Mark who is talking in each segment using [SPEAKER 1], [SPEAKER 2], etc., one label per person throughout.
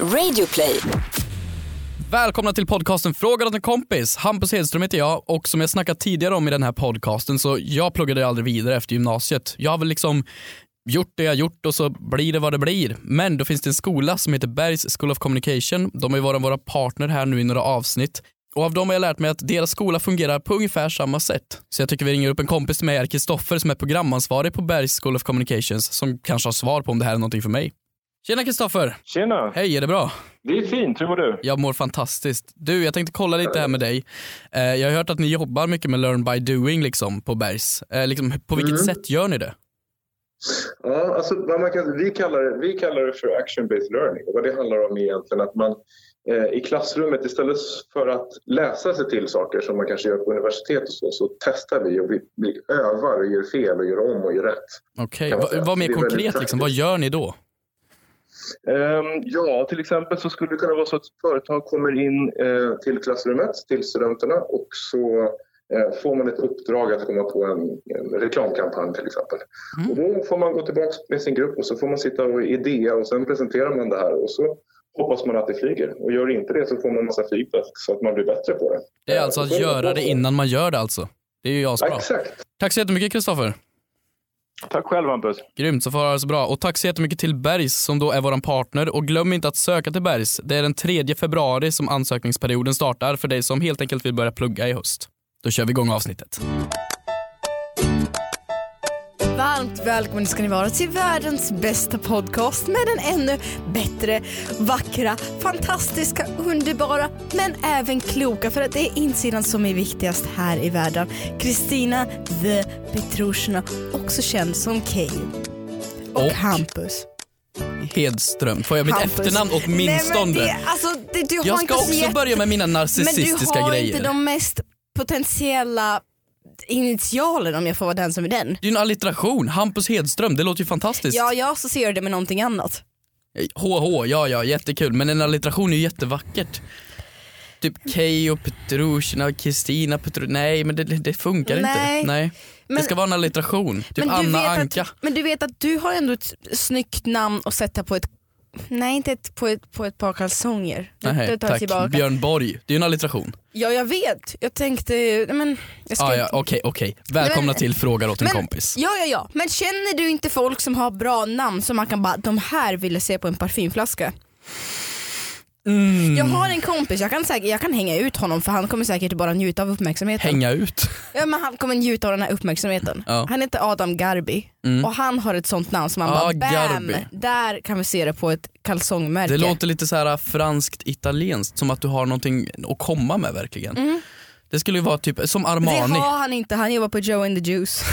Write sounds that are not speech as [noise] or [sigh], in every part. [SPEAKER 1] Radioplay.
[SPEAKER 2] Välkomna till podcasten Fråga åt en kompis. Hampus Hedström heter jag och som jag snackat tidigare om i den här podcasten så jag pluggade ju aldrig vidare efter gymnasiet. Jag har väl liksom gjort det jag gjort och så blir det vad det blir. Men då finns det en skola som heter Bergs School of Communication. De har ju varit våra partner här nu i några avsnitt. Och av dem har jag lärt mig att deras skola fungerar på ungefär samma sätt. Så jag tycker vi ringer upp en kompis till mig, här, Kristoffer, som är programansvarig på Bergs School of Communications, som kanske har svar på om det här är någonting för mig. Tjena Kristoffer!
[SPEAKER 3] Tjena!
[SPEAKER 2] Hej, är det bra?
[SPEAKER 3] Det är fint, hur mår du?
[SPEAKER 2] Jag mår fantastiskt. Du, jag tänkte kolla lite här med dig. Eh, Jag har hört att ni jobbar mycket med learn by doing liksom, på Bergs. Eh, Liksom, på vilket
[SPEAKER 3] Mm.
[SPEAKER 2] sätt gör ni det?
[SPEAKER 3] Ja, alltså, vad man kan, vi, kallar, det- vi kallar det för action-based learning. Och vad det handlar om är egentligen att man eh, i klassrummet istället för att läsa sig till saker som man kanske gör på universitet och så, så testar vi och vi, vi övar och gör fel och gör om och gör rätt.
[SPEAKER 2] Okej,
[SPEAKER 3] Kan man
[SPEAKER 2] okay.
[SPEAKER 3] säga.
[SPEAKER 2] vad mer
[SPEAKER 3] Det är väldigt
[SPEAKER 2] konkret, liksom,
[SPEAKER 3] praktiskt.
[SPEAKER 2] vad gör ni då?
[SPEAKER 3] Ehm, Ja, till exempel så skulle det kunna vara så att företag kommer in eh, till klassrummet, till studenterna och så eh, får man ett uppdrag att komma på en, en reklamkampanj till exempel.
[SPEAKER 2] Mm.
[SPEAKER 3] Och då får man gå tillbaka med sin grupp och så får man sitta och idea och sen presenterar man det här och så hoppas man att det flyger. Och gör inte det så får man massa feedback så att man blir bättre på det.
[SPEAKER 2] Det är
[SPEAKER 3] Eh,
[SPEAKER 2] alltså
[SPEAKER 3] och
[SPEAKER 2] att
[SPEAKER 3] sen-
[SPEAKER 2] göra det innan man gör det alltså. Det är ju asbra.
[SPEAKER 3] Exakt.
[SPEAKER 2] Tack så jättemycket Kristoffer.
[SPEAKER 3] Tack själv Hampus.
[SPEAKER 2] Grymt, så får ha det så bra. Och tack så jättemycket till Bergs som då är våran partner. Och glöm inte att söka till Bergs. Det är den 3 februari som ansökningsperioden startar för dig som helt enkelt vill börja plugga i höst. Då kör vi igång avsnittet.
[SPEAKER 4] Varmt välkomna ska ni vara till världens bästa podcast med den ännu bättre, vackra, fantastiska, underbara men även kloka för att det är insidan som är viktigast här i världen. Kristina the Petrushina, också känd som Kay. Och,
[SPEAKER 2] Och?
[SPEAKER 4] Hampus.
[SPEAKER 2] Hedström, får jag mitt
[SPEAKER 4] Hampus.
[SPEAKER 2] efternamn
[SPEAKER 4] Nej, men
[SPEAKER 2] åtminstone?
[SPEAKER 4] det, alltså, det, du har
[SPEAKER 2] Jag
[SPEAKER 4] inte
[SPEAKER 2] ska
[SPEAKER 4] så
[SPEAKER 2] också
[SPEAKER 4] jätte-
[SPEAKER 2] börja med mina
[SPEAKER 4] Men du
[SPEAKER 2] narcissistiska
[SPEAKER 4] har
[SPEAKER 2] grejer.
[SPEAKER 4] inte de mest potentiella initialen om jag får vara den som är den.
[SPEAKER 2] Det är ju en allitteration. Hampus Hedström, det låter ju fantastiskt.
[SPEAKER 4] Ja, jag associerar det med någonting annat.
[SPEAKER 2] HH, ja ja, jättekul. Men en allitteration är ju jättevackert. Typ Keyyo, Petrushina, Kristina, Petru... Nej, men det, det funkar
[SPEAKER 4] Nej.
[SPEAKER 2] inte. Nej. det
[SPEAKER 4] Men-
[SPEAKER 2] ska vara en allitteration. Typ
[SPEAKER 4] du
[SPEAKER 2] Anna
[SPEAKER 4] vet
[SPEAKER 2] Anka.
[SPEAKER 4] Att, men du vet att du har ändå ett snyggt namn att sätta på ett Nej inte ett, på, ett, på ett par kalsonger. Det-
[SPEAKER 2] Nej,
[SPEAKER 4] det tar jag
[SPEAKER 2] tack.
[SPEAKER 4] tillbaka.
[SPEAKER 2] Björn Borg. Det är ju en allitteration.
[SPEAKER 4] Ja jag vet, jag tänkte, nej, men jag ska
[SPEAKER 2] Ah, ja,
[SPEAKER 4] inte-
[SPEAKER 2] okej, okej. Välkomna
[SPEAKER 4] Men-
[SPEAKER 2] till Frågar åt en
[SPEAKER 4] men,
[SPEAKER 2] kompis.
[SPEAKER 4] Ja ja ja, men känner du inte folk som har bra namn som man kan bara, de här vill jag se på en parfymflaska?
[SPEAKER 2] Mm,
[SPEAKER 4] Jag har en kompis, jag kan, säkert, jag kan hänga ut honom för han kommer säkert bara njuta av uppmärksamheten.
[SPEAKER 2] hänga ut.
[SPEAKER 4] Ja, men han kommer njuta av den här uppmärksamheten.
[SPEAKER 2] Ja.
[SPEAKER 4] Han heter Adam Garbi
[SPEAKER 2] Mm.
[SPEAKER 4] och han har ett sånt namn som man
[SPEAKER 2] Ja,
[SPEAKER 4] bara bam,
[SPEAKER 2] Garbi.
[SPEAKER 4] där kan vi se det på ett kalsongmärke.
[SPEAKER 2] Det låter lite så här äh, franskt italienskt, som att du har någonting att komma med verkligen.
[SPEAKER 4] Mm.
[SPEAKER 2] Det skulle ju vara typ som
[SPEAKER 4] Det
[SPEAKER 2] Armani,
[SPEAKER 4] har han inte, han jobbar på Joe and
[SPEAKER 2] [laughs]
[SPEAKER 4] the Juice.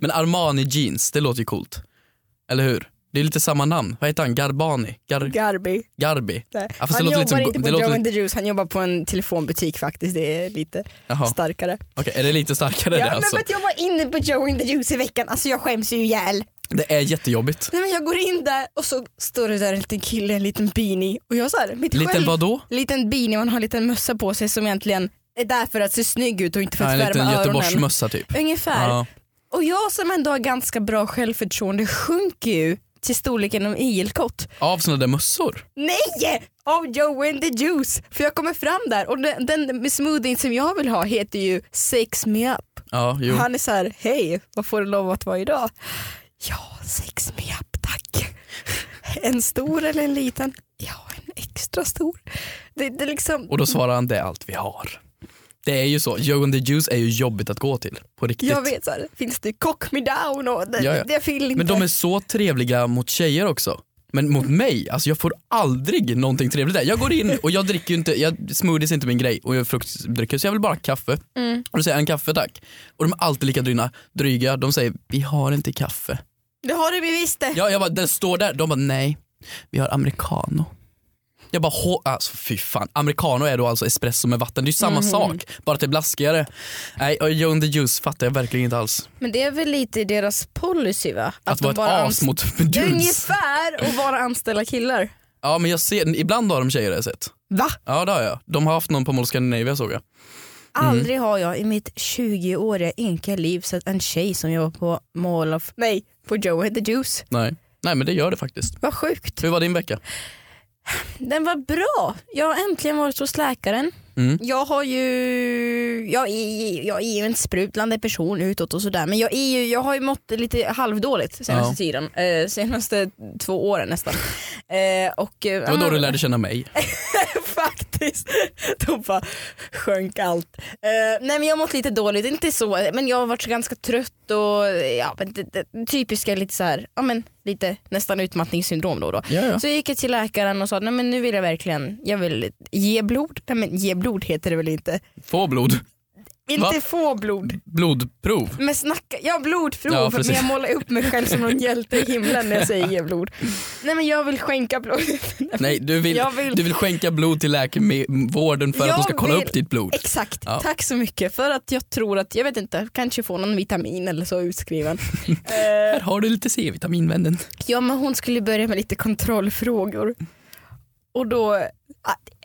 [SPEAKER 2] men Armani jeans, det låter ju coolt. Eller hur? Det är lite samma namn. Vad heter han? Garbani? Gar-
[SPEAKER 4] Garbi.
[SPEAKER 2] Garbi?
[SPEAKER 4] Nej.
[SPEAKER 2] Ja, fast det
[SPEAKER 4] han
[SPEAKER 2] låter
[SPEAKER 4] jobbar
[SPEAKER 2] lite som-
[SPEAKER 4] inte
[SPEAKER 2] det
[SPEAKER 4] på
[SPEAKER 2] låter
[SPEAKER 4] Joe
[SPEAKER 2] lite-
[SPEAKER 4] and the Juice, han jobbar på en telefonbutik faktiskt. Det är lite
[SPEAKER 2] Jaha,
[SPEAKER 4] starkare.
[SPEAKER 2] okej. Är det lite starkare
[SPEAKER 4] Ja,
[SPEAKER 2] det alltså?
[SPEAKER 4] men för att jag var inne på Joe and the Juice i veckan, alltså jag skäms ju ihjäl.
[SPEAKER 2] Det är jättejobbigt.
[SPEAKER 4] Nej, men jag går in där och så står det där en liten kille, en liten beanie. Och jag så här, mitt
[SPEAKER 2] Liten
[SPEAKER 4] själv...
[SPEAKER 2] vadå?
[SPEAKER 4] liten beanie, man har en liten mössa på sig som egentligen är där för att se snygg ut och inte för
[SPEAKER 2] Ja,
[SPEAKER 4] att
[SPEAKER 2] en liten
[SPEAKER 4] värma öronen.
[SPEAKER 2] Göteborgsmössa typ.
[SPEAKER 4] Ungefär.
[SPEAKER 2] Ja.
[SPEAKER 4] Och jag som ändå har ganska bra självförtroende sjunker ju till storleken av igelkott.
[SPEAKER 2] Av såna där mössor?
[SPEAKER 4] Nej! Av Joe and the Juice! För jag kommer fram där och den, den smoothie som jag vill ha heter ju Sex Me Up.
[SPEAKER 2] Ja, jo.
[SPEAKER 4] Han är så här, hej vad får du lov att vara idag? Ja, sex Me Up tack. [laughs] En stor eller en liten? Ja, en extra stor. Det, det är liksom,
[SPEAKER 2] Och då svarar han det är allt vi har. Det är ju så, Joe and the Juice är ju jobbigt att gå till. På riktigt.
[SPEAKER 4] Jag vet så här, finns det cock me down och det,
[SPEAKER 2] Ja, ja.
[SPEAKER 4] det vill inte.
[SPEAKER 2] Men de är så trevliga mot tjejer också. Men mot mig, alltså jag får aldrig någonting trevligt där. Jag går in och jag dricker ju inte, jag, smoothies är inte min grej och jag fruktdrycker så jag vill bara ha kaffe.
[SPEAKER 4] Mm.
[SPEAKER 2] Och då säger jag en kaffe tack. Och de är alltid lika dryna, dryga, de säger vi har inte kaffe.
[SPEAKER 4] Det har du bevis det.
[SPEAKER 2] Ja, jag bara, den står där, de bara nej, vi har americano. Jag bara, hå- alltså fy fan. Americano är då alltså espresso med vatten, det är ju samma
[SPEAKER 4] Mhm.
[SPEAKER 2] sak, bara att det är blaskigare. Nej, och Joe and the Juice fattar jag verkligen inte alls.
[SPEAKER 4] Men det är väl lite deras policy va?
[SPEAKER 2] Att,
[SPEAKER 4] de
[SPEAKER 2] vara ett
[SPEAKER 4] bara
[SPEAKER 2] as
[SPEAKER 4] anst-
[SPEAKER 2] mot
[SPEAKER 4] Det är
[SPEAKER 2] dudes.
[SPEAKER 4] Ungefär att bara anställa killar.
[SPEAKER 2] Ja men jag ser, ibland har de tjejer jag sett.
[SPEAKER 4] Va?
[SPEAKER 2] Ja det har jag. De har haft någon på Mall Scandinavia såg jag. Mm.
[SPEAKER 4] Aldrig har jag i mitt 20-åriga ynka liv sett en tjej som jobbar på Mall of... Nej, på Joe and the Juice.
[SPEAKER 2] Nej. Nej men det gör det faktiskt.
[SPEAKER 4] Vad sjukt.
[SPEAKER 2] Hur var din vecka?
[SPEAKER 4] Den var bra. Jag har äntligen varit hos läkaren.
[SPEAKER 2] Mm.
[SPEAKER 4] Jag har ju, jag är, jag är ju en sprudlande person utåt och sådär men jag, är ju, jag har ju mått lite halvdåligt senaste
[SPEAKER 2] Ja.
[SPEAKER 4] tiden, eh, senaste två åren nästan. Eh, och,
[SPEAKER 2] Det
[SPEAKER 4] eh,
[SPEAKER 2] var då
[SPEAKER 4] men-
[SPEAKER 2] du lärde känna mig.
[SPEAKER 4] [laughs] Faktiskt, då bara sjönk allt. Eh, nej men jag har mått lite dåligt, inte så, men jag har varit så ganska trött och ja, men det, det, typiska lite så här, ja men lite nästan utmattningssyndrom då och då.
[SPEAKER 2] Ja, ja.
[SPEAKER 4] Så jag gick jag till läkaren och sa nej men nu vill jag verkligen, jag vill ge blod. Nej men ge blod heter det väl inte?
[SPEAKER 2] Få blod.
[SPEAKER 4] Inte få blod.
[SPEAKER 2] Blodprov.
[SPEAKER 4] Men snacka, ja blodprov.
[SPEAKER 2] Ja,
[SPEAKER 4] men
[SPEAKER 2] precis.
[SPEAKER 4] jag målar upp mig själv som någon hjälte i himlen när jag säger
[SPEAKER 2] [laughs]
[SPEAKER 4] ge blod. Nej men jag vill skänka blod.
[SPEAKER 2] Nej, du vill,
[SPEAKER 4] Jag vill-
[SPEAKER 2] du vill skänka blod till läkarvården för att
[SPEAKER 4] Jag
[SPEAKER 2] de ska kolla
[SPEAKER 4] vill-
[SPEAKER 2] upp ditt blod.
[SPEAKER 4] Exakt,
[SPEAKER 2] Ja.
[SPEAKER 4] tack så mycket för att jag tror att, jag vet inte, kanske få någon vitamin eller så utskriven. eh,
[SPEAKER 2] Här har du lite C-vitamin vännen.
[SPEAKER 4] ja men hon skulle börja med lite kontrollfrågor. Och då,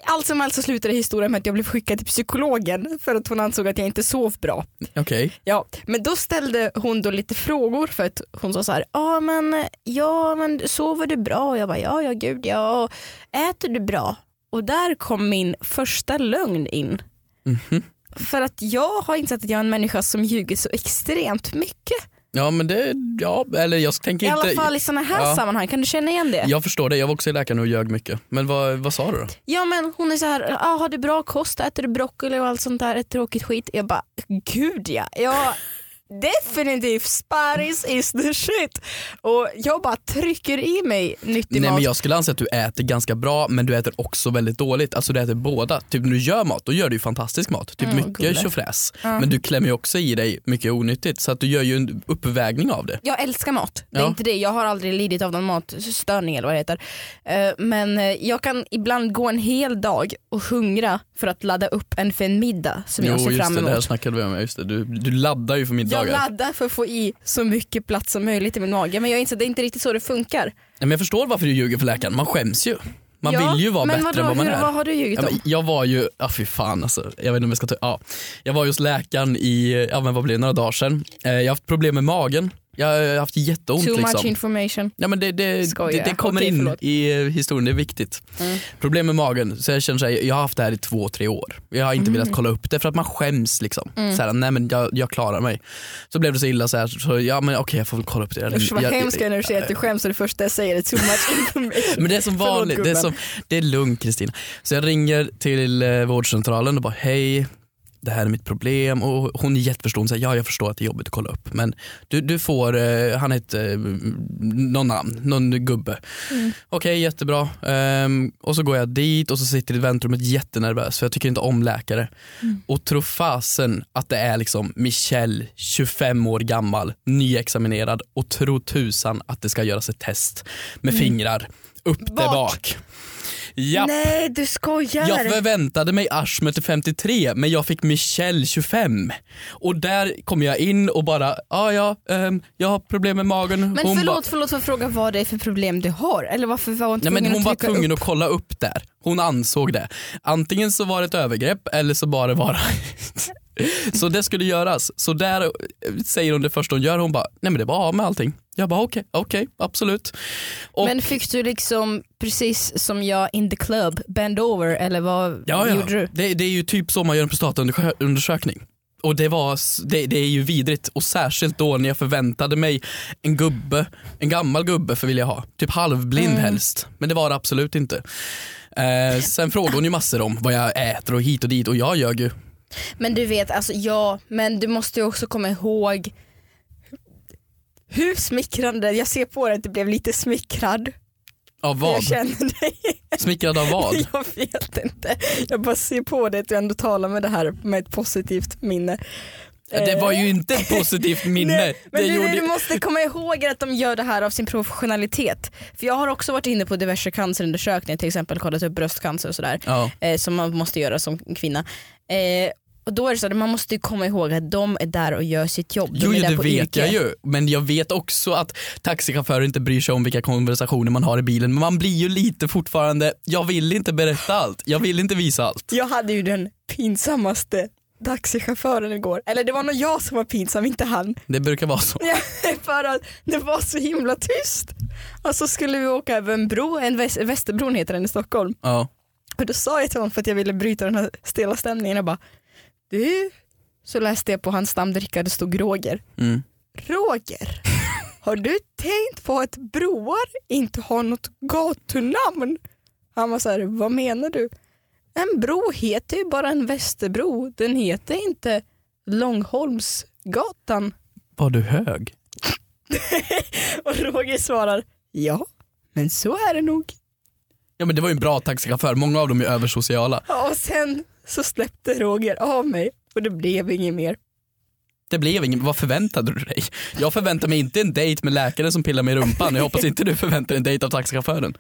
[SPEAKER 4] allt som allt så slutade historien med att jag blev skickad till psykologen för att hon ansåg att jag inte sov bra.
[SPEAKER 2] Okej.
[SPEAKER 4] Ja, men då ställde hon då lite frågor för att hon sa så här, ja men, ja men sover du bra? Och jag bara, ja ja gud ja, och äter du bra? Och där kom min första lögn in.
[SPEAKER 2] Mhm.
[SPEAKER 4] För att jag har insett att jag är en människa som ljuger så extremt mycket.
[SPEAKER 2] Ja men det, ja eller jag tänker
[SPEAKER 4] I
[SPEAKER 2] inte.
[SPEAKER 4] alla fall i sådana här
[SPEAKER 2] Ja.
[SPEAKER 4] sammanhang, kan du känna igen det? Ja,
[SPEAKER 2] Jag förstår det, jag var också i läkaren och ljög mycket. Men vad, vad sa du då?
[SPEAKER 4] men hon är så här, ah, har du bra kost, äter du broccoli och allt sånt där, ett tråkigt skit. Jag bara, gud ja. Jag, definitivt sparris is the shit. Och jag bara trycker i mig nyttig
[SPEAKER 2] Nej
[SPEAKER 4] mat.
[SPEAKER 2] men jag skulle anse att du äter ganska bra men du äter också väldigt dåligt. Alltså du äter båda. Typ när du gör mat, då gör du ju fantastisk mat. Typ
[SPEAKER 4] Mm, gulle.
[SPEAKER 2] mycket tjofräs. Men du klämmer ju också i dig mycket onyttigt så att du gör ju en uppvägning av det.
[SPEAKER 4] Jag älskar mat, det är
[SPEAKER 2] Ja.
[SPEAKER 4] inte det. Jag har aldrig lidit av någon matstörning eller vad det heter. Eh, Men eh, jag kan ibland gå en hel dag och hungra för att ladda upp en för en middag som jag ser
[SPEAKER 2] just
[SPEAKER 4] fram
[SPEAKER 2] det, det här
[SPEAKER 4] emot.
[SPEAKER 2] snackade vi om. Just det. Du, du laddar ju för
[SPEAKER 4] Jag
[SPEAKER 2] middagar.
[SPEAKER 4] laddar för att få i så mycket plats som möjligt i min mage men jag inser att det är inte riktigt så det funkar.
[SPEAKER 2] Nej, men jag förstår varför du ljuger för läkaren, man skäms ju. Man
[SPEAKER 4] Ja,
[SPEAKER 2] vill ju vara
[SPEAKER 4] men
[SPEAKER 2] bättre
[SPEAKER 4] vadå,
[SPEAKER 2] än vad man
[SPEAKER 4] hur,
[SPEAKER 2] är.
[SPEAKER 4] Vad har du ljugit
[SPEAKER 2] Ja,
[SPEAKER 4] om?
[SPEAKER 2] men jag var ju, ja fy fan alltså. Jag vet inte om jag ska ta, ja. Jag var just läkaren i, ja men vad blir det, några dagar sedan. Eh, jag har haft problem med magen. Jag har haft jätteont
[SPEAKER 4] Too much
[SPEAKER 2] liksom.
[SPEAKER 4] information.
[SPEAKER 2] Ja, men det, det,
[SPEAKER 4] Skojar.
[SPEAKER 2] det, det kommer
[SPEAKER 4] Okej,
[SPEAKER 2] in
[SPEAKER 4] förlåt. Mm.
[SPEAKER 2] i eh, historien, det är viktigt. Problem med magen, så jag känner så här, jag har haft det här i två, tre år. Jag har inte
[SPEAKER 4] Mm.
[SPEAKER 2] velat kolla upp det för att man skäms liksom. Så här, nej men jag, jag klarar mig. Så blev det så illa så här, så ja men okej jag får väl kolla upp det. Jag-
[SPEAKER 4] Usch vad
[SPEAKER 2] jag-
[SPEAKER 4] hemskt när du säger att du skäms och det första jag säger är too
[SPEAKER 2] [laughs]
[SPEAKER 4] much information.
[SPEAKER 2] men det är som
[SPEAKER 4] Förlåt,
[SPEAKER 2] vanligt. Det är,
[SPEAKER 4] gubben.
[SPEAKER 2] som, Alltså, det är lugnt Kristina. Så jag ringer till eh, vårdcentralen och bara hej, det här är mitt problem. Och hon är jätteförstående. Så här, Ja, jag förstår att det är jobbigt att kolla upp. Men du, du får, eh, han heter eh, någon namn, någon gubbe. Okej, jättebra. Ehm, och så går jag dit och så sitter i väntrummet jättenervös för jag tycker inte om läkare. Och tro fasen att det är liksom Michelle, 25 år gammal, nyexaminerad och tro tusan att det ska göras ett test med fingrar upp där
[SPEAKER 4] Bak.
[SPEAKER 2] bak. Ja.
[SPEAKER 4] Nej du skojar.
[SPEAKER 2] Jag förväntade mig Ashmet till 53 men jag fick Michelle 25. Och där kom jag in och bara, ah, ja ehm, jag har problem med magen.
[SPEAKER 4] men
[SPEAKER 2] Hon bara-
[SPEAKER 4] förlåt, förlåt för att fråga vad det är för problem du har eller varför var hon
[SPEAKER 2] Nej,
[SPEAKER 4] tvungen
[SPEAKER 2] men hon var
[SPEAKER 4] att trycka
[SPEAKER 2] tvungen
[SPEAKER 4] upp?
[SPEAKER 2] att kolla upp där. Hon ansåg det. Antingen så var det ett övergrepp eller så bara det bara. [laughs] så det skulle göras. Så där eh, säger hon det första hon gör. Hon bara, nej men det var av med allting. Jag bara okej, okej, absolut. Och,
[SPEAKER 4] Men fick du liksom precis som jag in the club, bend over eller vad
[SPEAKER 2] ja, ja.
[SPEAKER 4] gjorde du?
[SPEAKER 2] Det, det är ju typ så man gör en prostataundersökning. Och det, var, s- det, det är ju vidrigt och särskilt då när jag förväntade mig en gubbe, en gammal gubbe för vill jag ha. Typ halvblind
[SPEAKER 4] Mm.
[SPEAKER 2] helst. Men det var det absolut inte. Eh, sen frågade hon ju massor om vad jag äter och hit och dit och jag ljög ju.
[SPEAKER 4] Men du vet, alltså ja, men du måste ju också komma ihåg hur smickrande, jag ser på dig att du blev lite smickrad.
[SPEAKER 2] Av
[SPEAKER 4] Jag
[SPEAKER 2] vad?
[SPEAKER 4] känner dig.
[SPEAKER 2] Smickrad av
[SPEAKER 4] [laughs]
[SPEAKER 2] vad?
[SPEAKER 4] Jag vet inte. Jag bara ser på dig att du ändå talar med det här med ett positivt minne.
[SPEAKER 2] Det var ju inte ett positivt minne.
[SPEAKER 4] Nej, men
[SPEAKER 2] det
[SPEAKER 4] du,
[SPEAKER 2] gjorde...
[SPEAKER 4] du måste komma ihåg att de gör det här av sin professionalitet. För jag har också varit inne på diverse cancerundersökningar, till exempel kollat upp bröstcancer och sådär.
[SPEAKER 2] Ja.
[SPEAKER 4] eh, som man måste göra som kvinna. Eh, och då är det så att man måste ju komma ihåg att de är där och gör sitt jobb. De
[SPEAKER 2] Jo,
[SPEAKER 4] är
[SPEAKER 2] jo
[SPEAKER 4] där
[SPEAKER 2] det
[SPEAKER 4] på
[SPEAKER 2] vet
[SPEAKER 4] yrke.
[SPEAKER 2] jag ju. Men jag vet också att taxichaufförer inte bryr sig om vilka konversationer man har i bilen. Men man blir ju lite fortfarande, jag vill inte berätta allt. Jag vill inte visa allt.
[SPEAKER 4] Jag hade ju den pinsammaste taxichauffören igår. Eller det var nog jag som var pinsam, inte han.
[SPEAKER 2] Det brukar vara så.
[SPEAKER 4] Ja, [laughs] för att det var så himla tyst. Och så skulle vi åka över en bro, en väs- Västerbron heter den i Stockholm.
[SPEAKER 2] Ja.
[SPEAKER 4] Och då sa jag till honom för att jag ville bryta den här stela stämningen och bara du, så läste jag på hans namndricka det stod Roger.
[SPEAKER 2] Mm.
[SPEAKER 4] Roger, har du tänkt på att broar inte har något gatunamn? Han var så här, vad menar du? En bro heter ju bara en västerbro, den heter inte Långholmsgatan.
[SPEAKER 2] Var du hög?
[SPEAKER 4] [laughs] Och Roger svarar, ja, men så är det nog.
[SPEAKER 2] Ja men det var ju en bra taxichaufför, många av dem är översociala.
[SPEAKER 4] Ja, Och sen så släppte Roger av mig och det blev inget mer.
[SPEAKER 2] Det blev ingen, vad förväntade du dig? Jag förväntade mig inte en dejt med läkaren som pillar mig i rumpan, jag hoppas inte du förväntar dig en dejt av taxichauffören.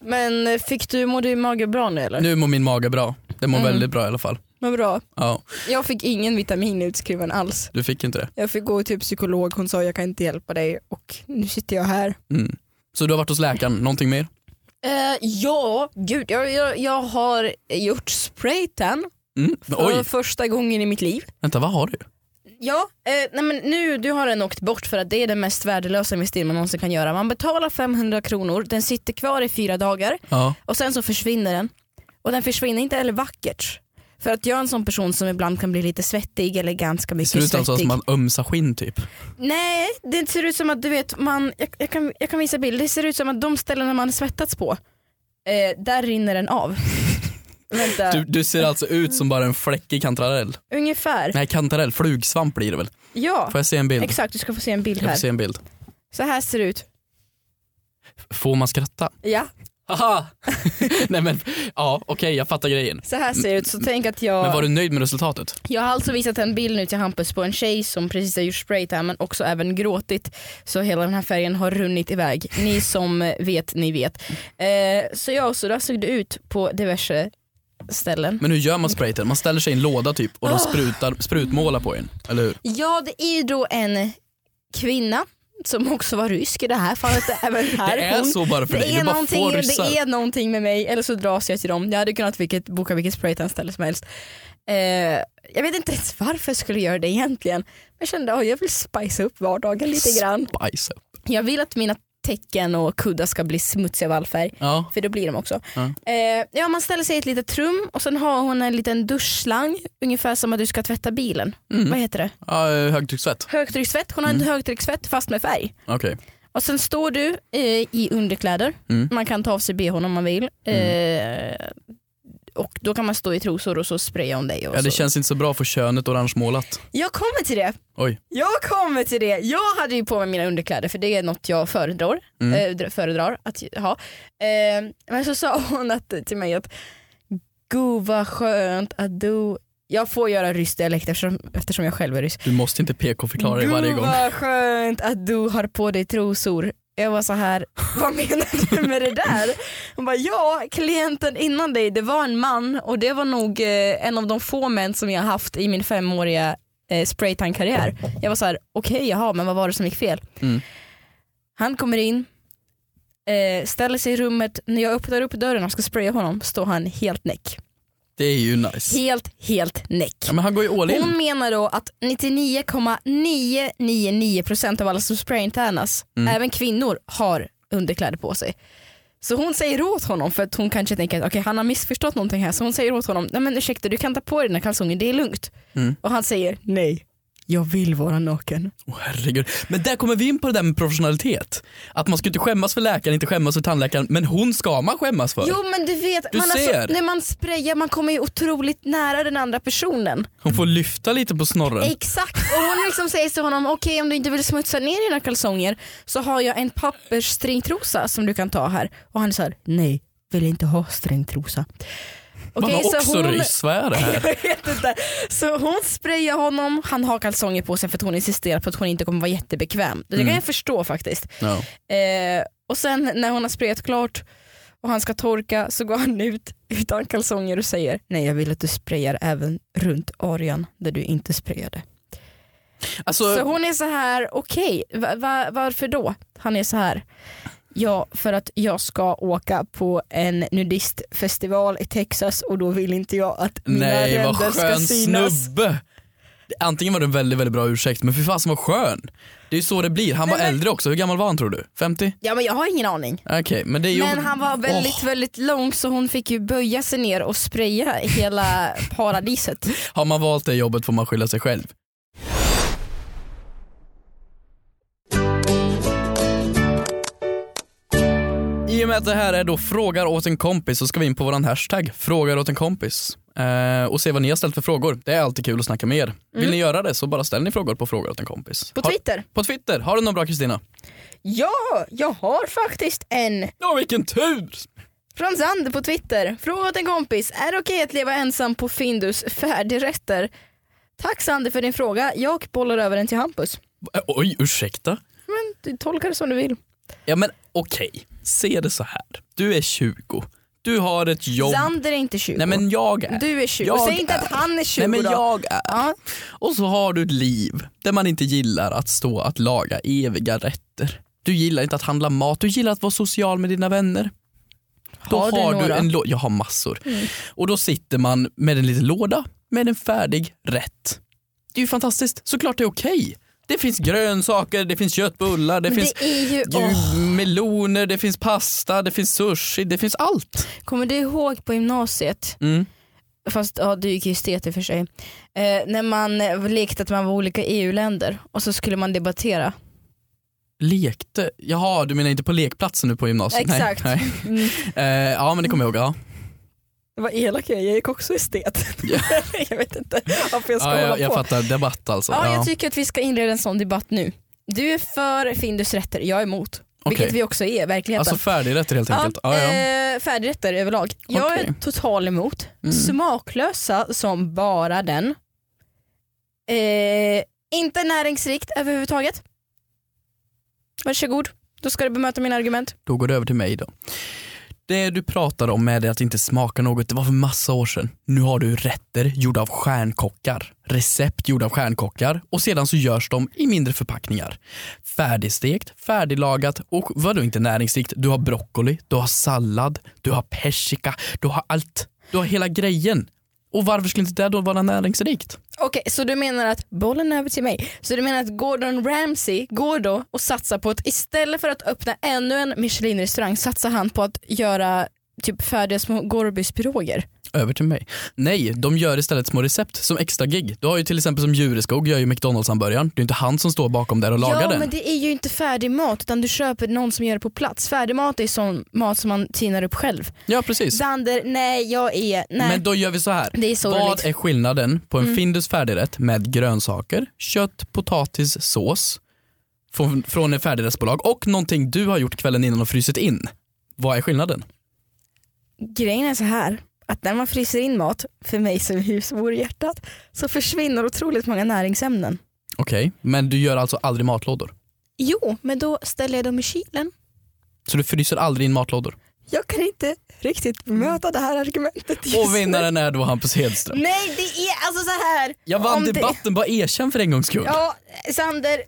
[SPEAKER 4] Men eh, fick du, mår du i magen bra nu eller?
[SPEAKER 2] Nu mår min mage bra, den mår väldigt bra i alla fall.
[SPEAKER 4] Vad bra.
[SPEAKER 2] Ja,
[SPEAKER 4] Jag fick ingen vitamin utskriven alls.
[SPEAKER 2] du fick inte det.
[SPEAKER 4] Jag fick gå till psykolog, hon sa jag kan inte hjälpa dig och nu sitter jag här.
[SPEAKER 2] Mm. Så du har varit hos läkaren, någonting mer?
[SPEAKER 4] Eh, ja, gud jag, jag, jag har gjort spraytan
[SPEAKER 2] Mm. Men
[SPEAKER 4] för
[SPEAKER 2] Oj,
[SPEAKER 4] första gången i mitt liv.
[SPEAKER 2] vänta vad har du?
[SPEAKER 4] Ja, eh, nej men nu du har den åkt bort för att det är den mest värdelösa investering man någonsin kan göra. Man betalar 500 kronor, den sitter kvar i fyra dagar.
[SPEAKER 2] Ja,
[SPEAKER 4] Och sen så försvinner den. Och den försvinner inte heller vackert. För att jag är en sån person som ibland kan bli lite svettig eller ganska
[SPEAKER 2] det
[SPEAKER 4] mycket
[SPEAKER 2] ser ut
[SPEAKER 4] svettig.
[SPEAKER 2] alltså som att man ömsar skinn typ.
[SPEAKER 4] Nej, det ser ut som att du vet, man, jag, jag, kan, jag kan visa bild. Det ser ut som att de ställena man svettats på, eh, där rinner
[SPEAKER 2] [laughs]
[SPEAKER 4] den av. Vänta,
[SPEAKER 2] Du, du ser alltså ut som bara en fläckig kantarell.
[SPEAKER 4] ungefär.
[SPEAKER 2] Nej kantarell, flugsvamp blir det väl?
[SPEAKER 4] Ja,
[SPEAKER 2] Får jag se en bild?
[SPEAKER 4] exakt. Du ska få se en bild
[SPEAKER 2] Jag
[SPEAKER 4] här.
[SPEAKER 2] får se en bild.
[SPEAKER 4] Så här ser det ut.
[SPEAKER 2] Får man skratta?
[SPEAKER 4] Ja,
[SPEAKER 2] Haha! [laughs] Nej men, ja okej jag fattar grejen.
[SPEAKER 4] så här ser det ut. Så tänk att
[SPEAKER 2] Mm. Men var
[SPEAKER 4] jag...
[SPEAKER 2] du nöjd med resultatet?
[SPEAKER 4] Jag har alltså visat en bild nu till Hampus på en tjej som precis har gjort spraytan men också även gråtit. Så hela den här färgen har runnit iväg.
[SPEAKER 2] [laughs]
[SPEAKER 4] Ni som vet, ni vet. Eh, så ja, så där såg det ut på diverse ställen.
[SPEAKER 2] Men hur gör man sprayten? Man ställer sig i en låda typ och
[SPEAKER 4] Ah.
[SPEAKER 2] de sprutar, sprutmålar på en, eller hur?
[SPEAKER 4] Ja, det är ju då en kvinna som också var rysk i det här fallet. Även
[SPEAKER 2] [laughs]
[SPEAKER 4] här
[SPEAKER 2] Det är
[SPEAKER 4] hon.
[SPEAKER 2] så bara för dig,
[SPEAKER 4] det
[SPEAKER 2] du
[SPEAKER 4] är,
[SPEAKER 2] bara
[SPEAKER 4] någonting,
[SPEAKER 2] får ryssar.
[SPEAKER 4] det är någonting med mig, eller så dras jag till dem. Jag hade kunnat vilket, boka vilket spraytanställe som helst. Eh, jag vet inte ens varför jag skulle göra det egentligen. Men jag kände att jag vill spicea upp vardagen lite grann.
[SPEAKER 2] Spice up.
[SPEAKER 4] Jag vill att mina tecken och kuddar ska bli smutsiga av all färg.
[SPEAKER 2] Ja,
[SPEAKER 4] För då blir de också.
[SPEAKER 2] Ja.
[SPEAKER 4] Eh, ja, man ställer sig i ett litet rum och sen har hon en liten duschslang. Ungefär som att du ska tvätta bilen.
[SPEAKER 2] Mm.
[SPEAKER 4] Vad heter det?
[SPEAKER 2] ja högtryckstvätt.
[SPEAKER 4] Högtryckstvätt. Hon har en
[SPEAKER 2] Mm.
[SPEAKER 4] högtryckstvätt fast med färg.
[SPEAKER 2] Okej.
[SPEAKER 4] Och sen står du eh, i underkläder.
[SPEAKER 2] Mm.
[SPEAKER 4] Man kan ta av sig bhn om man vill. Eh, och då kan man stå i trosor och så sprayar hon dig. Och
[SPEAKER 2] Ja, det
[SPEAKER 4] så.
[SPEAKER 2] känns inte så bra för könet orange målat.
[SPEAKER 4] Jag kommer till det.
[SPEAKER 2] Oj.
[SPEAKER 4] Jag kommer till det. Jag hade ju på mig mina underkläder för det är något jag föredrar,
[SPEAKER 2] Mm.
[SPEAKER 4] eh, dr- föredrar att ha. Eh, men så sa hon att, till mig att Gud vad skönt att du jag får göra rysk dialekt eftersom, eftersom jag själv är ryss.
[SPEAKER 2] Du måste inte PK-förklara dig varje
[SPEAKER 4] Gud
[SPEAKER 2] gång.
[SPEAKER 4] vad skönt att du har på dig trosor. Jag var så här, vad menar du med det där? Hon bara, ja klienten innan dig det var en man och det var nog eh, en av de få män som jag har haft i min femåriga eh, spraytan-karriär. Jag var så här, okej jaha men vad var det som gick fel?
[SPEAKER 2] Mm.
[SPEAKER 4] Han kommer in, eh, ställer sig i rummet, när jag öppnar upp dörren och ska spraya honom står han helt näck.
[SPEAKER 2] Det är ju nice.
[SPEAKER 4] Helt, helt näck.
[SPEAKER 2] Ja, men han går ju all in.
[SPEAKER 4] Hon menar då att 99,999% av alla som sprayinternas,
[SPEAKER 2] Mm.
[SPEAKER 4] även kvinnor, har underkläder på sig. Så hon säger åt honom, för att hon kanske tänker att okej han har missförstått någonting här, så hon säger åt honom, nej men ursäkta du kan ta på dig dina kalsonger, det är lugnt.
[SPEAKER 2] Mm.
[SPEAKER 4] Och han säger, nej, jag vill vara naken.
[SPEAKER 2] Åh, herregud. Men där kommer vi in på det där med professionalitet. Att man ska inte skämmas för läkaren, inte skämmas för tandläkaren, men hon ska man skämmas för.
[SPEAKER 4] Jo men du vet,
[SPEAKER 2] Du
[SPEAKER 4] man
[SPEAKER 2] ser.
[SPEAKER 4] Alltså, när man sprayar man kommer ju otroligt nära den andra personen.
[SPEAKER 2] Hon får lyfta lite på snorren.
[SPEAKER 4] Exakt, och hon liksom säger till honom okej om du inte vill smutsa ner dina kalsonger så har jag en pappersstringtrosa som du kan ta här. Och han är så här, nej vill inte ha stringtrosa.
[SPEAKER 2] Man
[SPEAKER 4] Okej,
[SPEAKER 2] var
[SPEAKER 4] så
[SPEAKER 2] också
[SPEAKER 4] hon-
[SPEAKER 2] ryss, vad är det här?
[SPEAKER 4] [laughs] Jag vet inte. Så hon sprayar honom, han har kalsonger på sig för att hon insisterar på att hon inte kommer vara jättebekväm. Det kan jag förstå faktiskt.
[SPEAKER 2] Mm. Ja.
[SPEAKER 4] Eh, och sen när hon har sprayat klart och han ska torka så går han ut utan kalsonger och säger nej jag vill att du sprayar även runt arean där du inte sprayade.
[SPEAKER 2] Alltså,
[SPEAKER 4] Så hon är så här, okej, va, va, varför då? Han är så här, Ja, för att jag ska åka på en nudistfestival i Texas och då vill inte jag att mina
[SPEAKER 2] Nej vad
[SPEAKER 4] ränder ska
[SPEAKER 2] skön
[SPEAKER 4] synas.
[SPEAKER 2] snubbe. Antingen var det en väldigt väldigt bra ursäkt men fy fasen vad skön. Det är ju så det blir. Han var äldre också, hur gammal var han tror du? 50?
[SPEAKER 4] Ja men jag har ingen aning.
[SPEAKER 2] Okej men det är ju...
[SPEAKER 4] Men han var väldigt
[SPEAKER 2] Åh,
[SPEAKER 4] väldigt lång så hon fick ju böja sig ner och spraya hela paradiset.
[SPEAKER 2] har man valt det jobbet får man skylla sig själv. I och med att det här är då frågar åt en kompis så ska vi in på våran hashtag frågar åt en kompis eh, och se vad ni har ställt för frågor. Det är alltid kul att snacka med er. Vill ni göra det så bara ställ ni frågor på frågar åt en kompis.
[SPEAKER 4] Mm. På
[SPEAKER 2] Har-
[SPEAKER 4] Twitter?
[SPEAKER 2] På Twitter, har du någon bra Kristina?
[SPEAKER 4] Ja, jag har faktiskt en
[SPEAKER 2] Ja vilken tur!
[SPEAKER 4] Från Sander på Twitter. Fråga åt en kompis. Är det okej att leva ensam på Findus färdigrätter? Tack Sander för din fråga. Jag bollar över den till Hampus.
[SPEAKER 2] Eh, Oj, ursäkta?
[SPEAKER 4] Men du tolkar det som du vill.
[SPEAKER 2] Ja men okej, se det så här. Du är 20, du har ett jobb.
[SPEAKER 4] Sander är inte 20.
[SPEAKER 2] Nej men jag är.
[SPEAKER 4] du är 20.
[SPEAKER 2] Jag
[SPEAKER 4] Säg inte
[SPEAKER 2] är.
[SPEAKER 4] att han är 20
[SPEAKER 2] Nej men
[SPEAKER 4] då.
[SPEAKER 2] jag är.
[SPEAKER 4] Ja.
[SPEAKER 2] Och så har du ett liv där man inte gillar att stå att laga eviga rätter. Du gillar inte att handla mat, du gillar att vara social med dina vänner. Då
[SPEAKER 4] Har du några? Mm.
[SPEAKER 2] en låda. Jag har massor. Och då sitter man med en liten låda med en färdig rätt. Det är ju fantastiskt, såklart det är okej. Det finns grönsaker, det finns köttbullar, det
[SPEAKER 4] Men
[SPEAKER 2] finns
[SPEAKER 4] det är ju...
[SPEAKER 2] ju
[SPEAKER 4] Åh.
[SPEAKER 2] meloner, det finns pasta, det finns sushi, det finns allt.
[SPEAKER 4] Kommer du ihåg på gymnasiet?
[SPEAKER 2] Mm.
[SPEAKER 4] Fast ja, du gick ju estet i och för sig. Eh, när man eh, lekte att man var olika EU-länder och så skulle man debattera.
[SPEAKER 2] Lekte? Jaha, du menar inte på lekplatsen nu på gymnasiet?
[SPEAKER 4] Exakt.
[SPEAKER 2] Nej,
[SPEAKER 4] Mm.
[SPEAKER 2] nej. [laughs] Eh, ja men det kommer jag ihåg. Ja.
[SPEAKER 4] Vad elak jag är, jag gick också estet.
[SPEAKER 2] Ja.
[SPEAKER 4] [laughs] jag vet inte varför jag ska
[SPEAKER 2] Ja,
[SPEAKER 4] hålla
[SPEAKER 2] jag,
[SPEAKER 4] på.
[SPEAKER 2] jag fattar, debatt alltså.
[SPEAKER 4] Ja,
[SPEAKER 2] Ja.
[SPEAKER 4] jag tycker att vi ska inleda en sån debatt nu. Du är för Findus rätter, jag är emot.
[SPEAKER 2] Okej.
[SPEAKER 4] Vilket vi också är i verkligheten.
[SPEAKER 2] Alltså färdigrätter helt enkelt. Ja, ja.
[SPEAKER 4] eh, färdigrätter överlag. Jag är
[SPEAKER 2] Okej.
[SPEAKER 4] total emot.
[SPEAKER 2] Mm.
[SPEAKER 4] Smaklösa som bara den. Eh, inte näringsrikt överhuvudtaget. Varsågod, då ska du bemöta mina argument.
[SPEAKER 2] Då går det över till mig då. Det du pratar om med det att inte smaka något, det var för massa år sedan. Nu har du rätter gjorda av stjärnkockar. Recept gjorda av stjärnkockar och sedan så görs de i mindre förpackningar. Färdigstekt, färdiglagat och vadå inte näringsrikt? Du har broccoli, du har sallad, du har persika, du har allt. Du har hela grejen. Och varför skulle inte det då vara näringsrikt?
[SPEAKER 4] Okej, så du menar att bollen är över till mig. Så du menar att Gordon Ramsay går då och satsar på att istället för att öppna ännu en Michelin-restaurang satsar han på att göra typ färdiga små Gorbyspiroger.
[SPEAKER 2] Över till mig. Nej, de gör istället små recept som extra gig. Du har ju till exempel som Jureskog gör ju McDonalds-hamburgaren. Det är inte han som står bakom där och lagar
[SPEAKER 4] Ja
[SPEAKER 2] den.
[SPEAKER 4] men det är ju inte färdig mat utan du köper någon som gör det på plats. Färdig mat är sån mat som man tinar upp själv.
[SPEAKER 2] Ja precis.
[SPEAKER 4] Dander, nej jag är, nej.
[SPEAKER 2] Men då gör vi så här.
[SPEAKER 4] Det är Mm. sorgligt.
[SPEAKER 2] Vad är skillnaden på en Findus färdigrätt med grönsaker, kött, potatis, sås från, från en färdigrättsbolag och någonting du har gjort kvällen innan och frysit in? Vad är skillnaden?
[SPEAKER 4] Grejen är så här att när man fryser in mat, för mig som är husmor i hjärtat, så försvinner otroligt många näringsämnen.
[SPEAKER 2] Okej, men du gör alltså aldrig matlådor?
[SPEAKER 4] Jo, men då ställer jag dem i kylen.
[SPEAKER 2] Så du fryser aldrig in matlådor?
[SPEAKER 4] Jag kan inte riktigt bemöta det här argumentet just
[SPEAKER 2] Och vinnaren är då Hampus Hedström.
[SPEAKER 4] Nej det är alltså så här.
[SPEAKER 2] Jag vann
[SPEAKER 4] Om det-
[SPEAKER 2] debatten, bara erkänn för en gångs skull.
[SPEAKER 4] Ja Sander,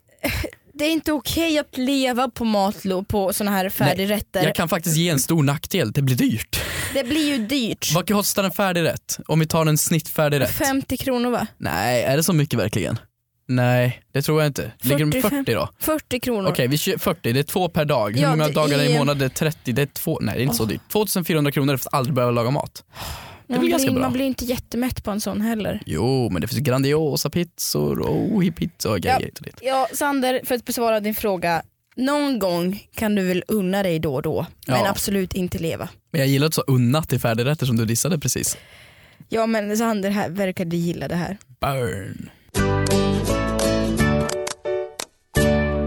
[SPEAKER 4] det är inte okej att leva på matlo på såna här färdigrätter.
[SPEAKER 2] Jag kan faktiskt ge en stor nackdel, det blir dyrt.
[SPEAKER 4] Det blir ju dyrt.
[SPEAKER 2] Vad kostar en färdigrätt? Om vi tar en snittfärdig rätt?
[SPEAKER 4] 50 kronor va?
[SPEAKER 2] Nej, är det så mycket verkligen? Nej, det tror jag inte. Ligger det med
[SPEAKER 4] 45?
[SPEAKER 2] 40 då?
[SPEAKER 4] 40 kronor.
[SPEAKER 2] Okej, vi kör 40, det är två per dag.
[SPEAKER 4] Ja,
[SPEAKER 2] Hur många
[SPEAKER 4] det
[SPEAKER 2] dagar är det
[SPEAKER 4] är-
[SPEAKER 2] i månaden? Det är 30, det är två, nej det är inte så dyrt. 2400 kronor för att aldrig behöva laga mat.
[SPEAKER 4] man,
[SPEAKER 2] blir ganska
[SPEAKER 4] blir,
[SPEAKER 2] bra.
[SPEAKER 4] man blir inte jättemätt på en sån heller.
[SPEAKER 2] Jo, men det finns grandiosa pizzor och pizza och grejer hit och dit.
[SPEAKER 4] Ja Sander, för att besvara din fråga. Någon gång kan du väl unna dig då och då, men
[SPEAKER 2] Ja.
[SPEAKER 4] absolut inte leva.
[SPEAKER 2] Men jag gillar att du sa unnat i färdigrätter som du dissade precis.
[SPEAKER 4] Ja men Sander här verkade gilla det här.
[SPEAKER 2] Burn.